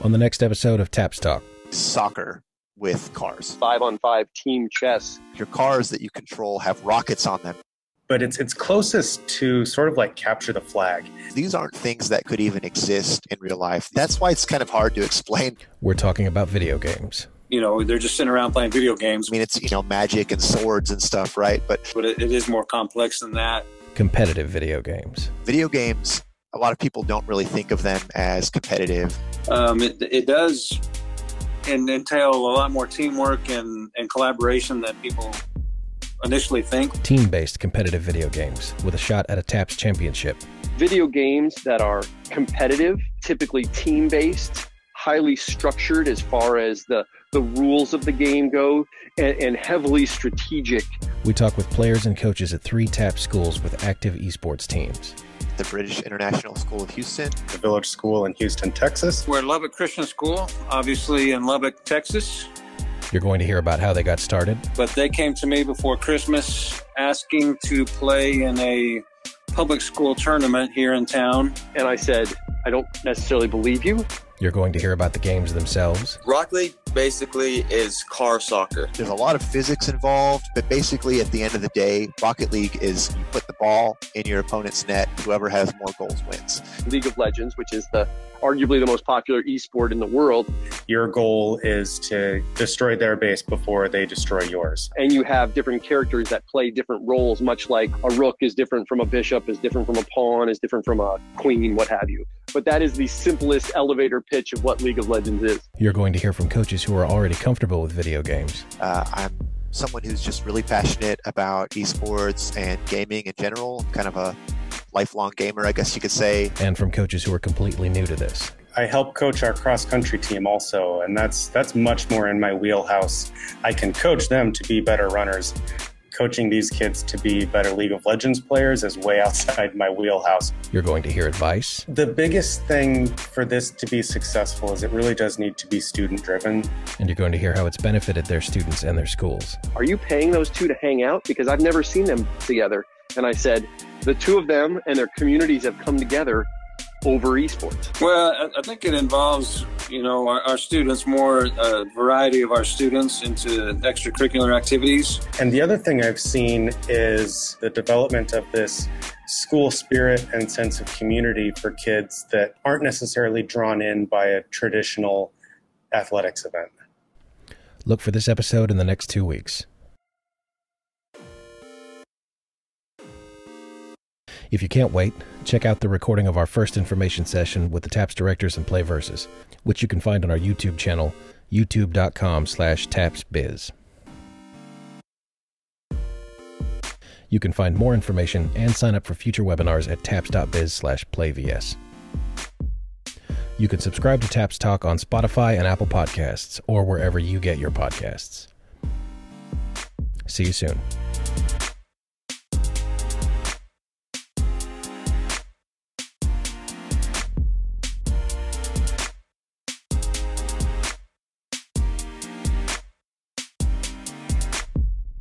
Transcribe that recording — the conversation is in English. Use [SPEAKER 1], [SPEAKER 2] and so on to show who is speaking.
[SPEAKER 1] on the next episode of Taps Talk.
[SPEAKER 2] Soccer with cars.
[SPEAKER 3] Five on five team chess.
[SPEAKER 2] Your cars that you control have rockets on them.
[SPEAKER 4] But it's it's closest to sort of like capture the flag.
[SPEAKER 2] These aren't things that could even exist in real life. That's why it's kind of hard to explain.
[SPEAKER 1] We're talking about video games.
[SPEAKER 5] You know, they're just sitting around playing video games,
[SPEAKER 2] I mean, it's, you know, magic and swords and stuff, right? But
[SPEAKER 5] but it, it is more complex than that.
[SPEAKER 1] Competitive video games.
[SPEAKER 2] video games, a lot of people don't really think of them as competitive.
[SPEAKER 5] Um, it, it does and entail a lot more teamwork and, and collaboration than people initially think.
[SPEAKER 1] Team based competitive video games with a shot at a TAPS championship.
[SPEAKER 3] Video games that are competitive, typically team based, highly structured as far as the, the rules of the game go, and, and heavily strategic.
[SPEAKER 1] We talk with players and coaches at three TAPS schools with active esports teams.
[SPEAKER 2] The British International School of Houston,
[SPEAKER 4] The Village School in Houston, Texas.
[SPEAKER 5] We're at Lubbock Christian School, obviously in Lubbock, Texas,
[SPEAKER 1] You're going to hear about how they got started,
[SPEAKER 5] but they came to me before Christmas asking to play in a public school tournament here in town.
[SPEAKER 3] And I said, I don't necessarily believe you.
[SPEAKER 1] you're going to hear about the games themselves,
[SPEAKER 6] Rock League basically is car soccer.
[SPEAKER 2] There's a lot of physics involved, but basically, at the end of the day, Rocket League is you put the ball in your opponent's net. Whoever has more goals wins.
[SPEAKER 3] League of Legends, which is the arguably the most popular esport in the world,
[SPEAKER 4] Your goal is to destroy their base before they destroy yours.
[SPEAKER 3] and you have different characters that play different roles, much like a rook is different from a bishop, is different from a pawn, is different from a queen, what have you. But that is the simplest elevator pitch of what League of Legends is.
[SPEAKER 1] you're going to hear from coaches who are already comfortable with video games.
[SPEAKER 2] Uh, I'm someone who's just really passionate about esports and gaming in general. Kind of a lifelong gamer, I guess you could say.
[SPEAKER 1] and from coaches who are completely new to this.
[SPEAKER 4] I help coach our cross country team also, and that's that's much more in my wheelhouse. I can coach them to be better runners. Coaching these kids to be better League of Legends players is way outside my wheelhouse.
[SPEAKER 1] You're going to hear advice,
[SPEAKER 4] The biggest thing for this to be successful is it really does need to be student driven.
[SPEAKER 1] and you're going to hear how it's benefited their students and their schools.
[SPEAKER 3] Are you paying those two to hang out? Because I've never seen them together. And I said, the two of them and their communities have come together over esports.
[SPEAKER 5] Well, I, I think it involves, you know, our, our students more, a variety of our students into extracurricular activities.
[SPEAKER 4] And the other thing I've seen is the development of this school spirit and sense of community for kids that aren't necessarily drawn in by a traditional athletics event.
[SPEAKER 1] Look for this episode in the next two weeks. If you can't wait, check out the recording of our first information session with the TAPS directors and play verses, which you can find on our YouTube channel, youtube.com slash tapsbiz. You can find more information and sign up for future webinars at taps.biz slash playvs. You can subscribe to Taps Talk on Spotify and Apple Podcasts or wherever you get your podcasts. See you soon.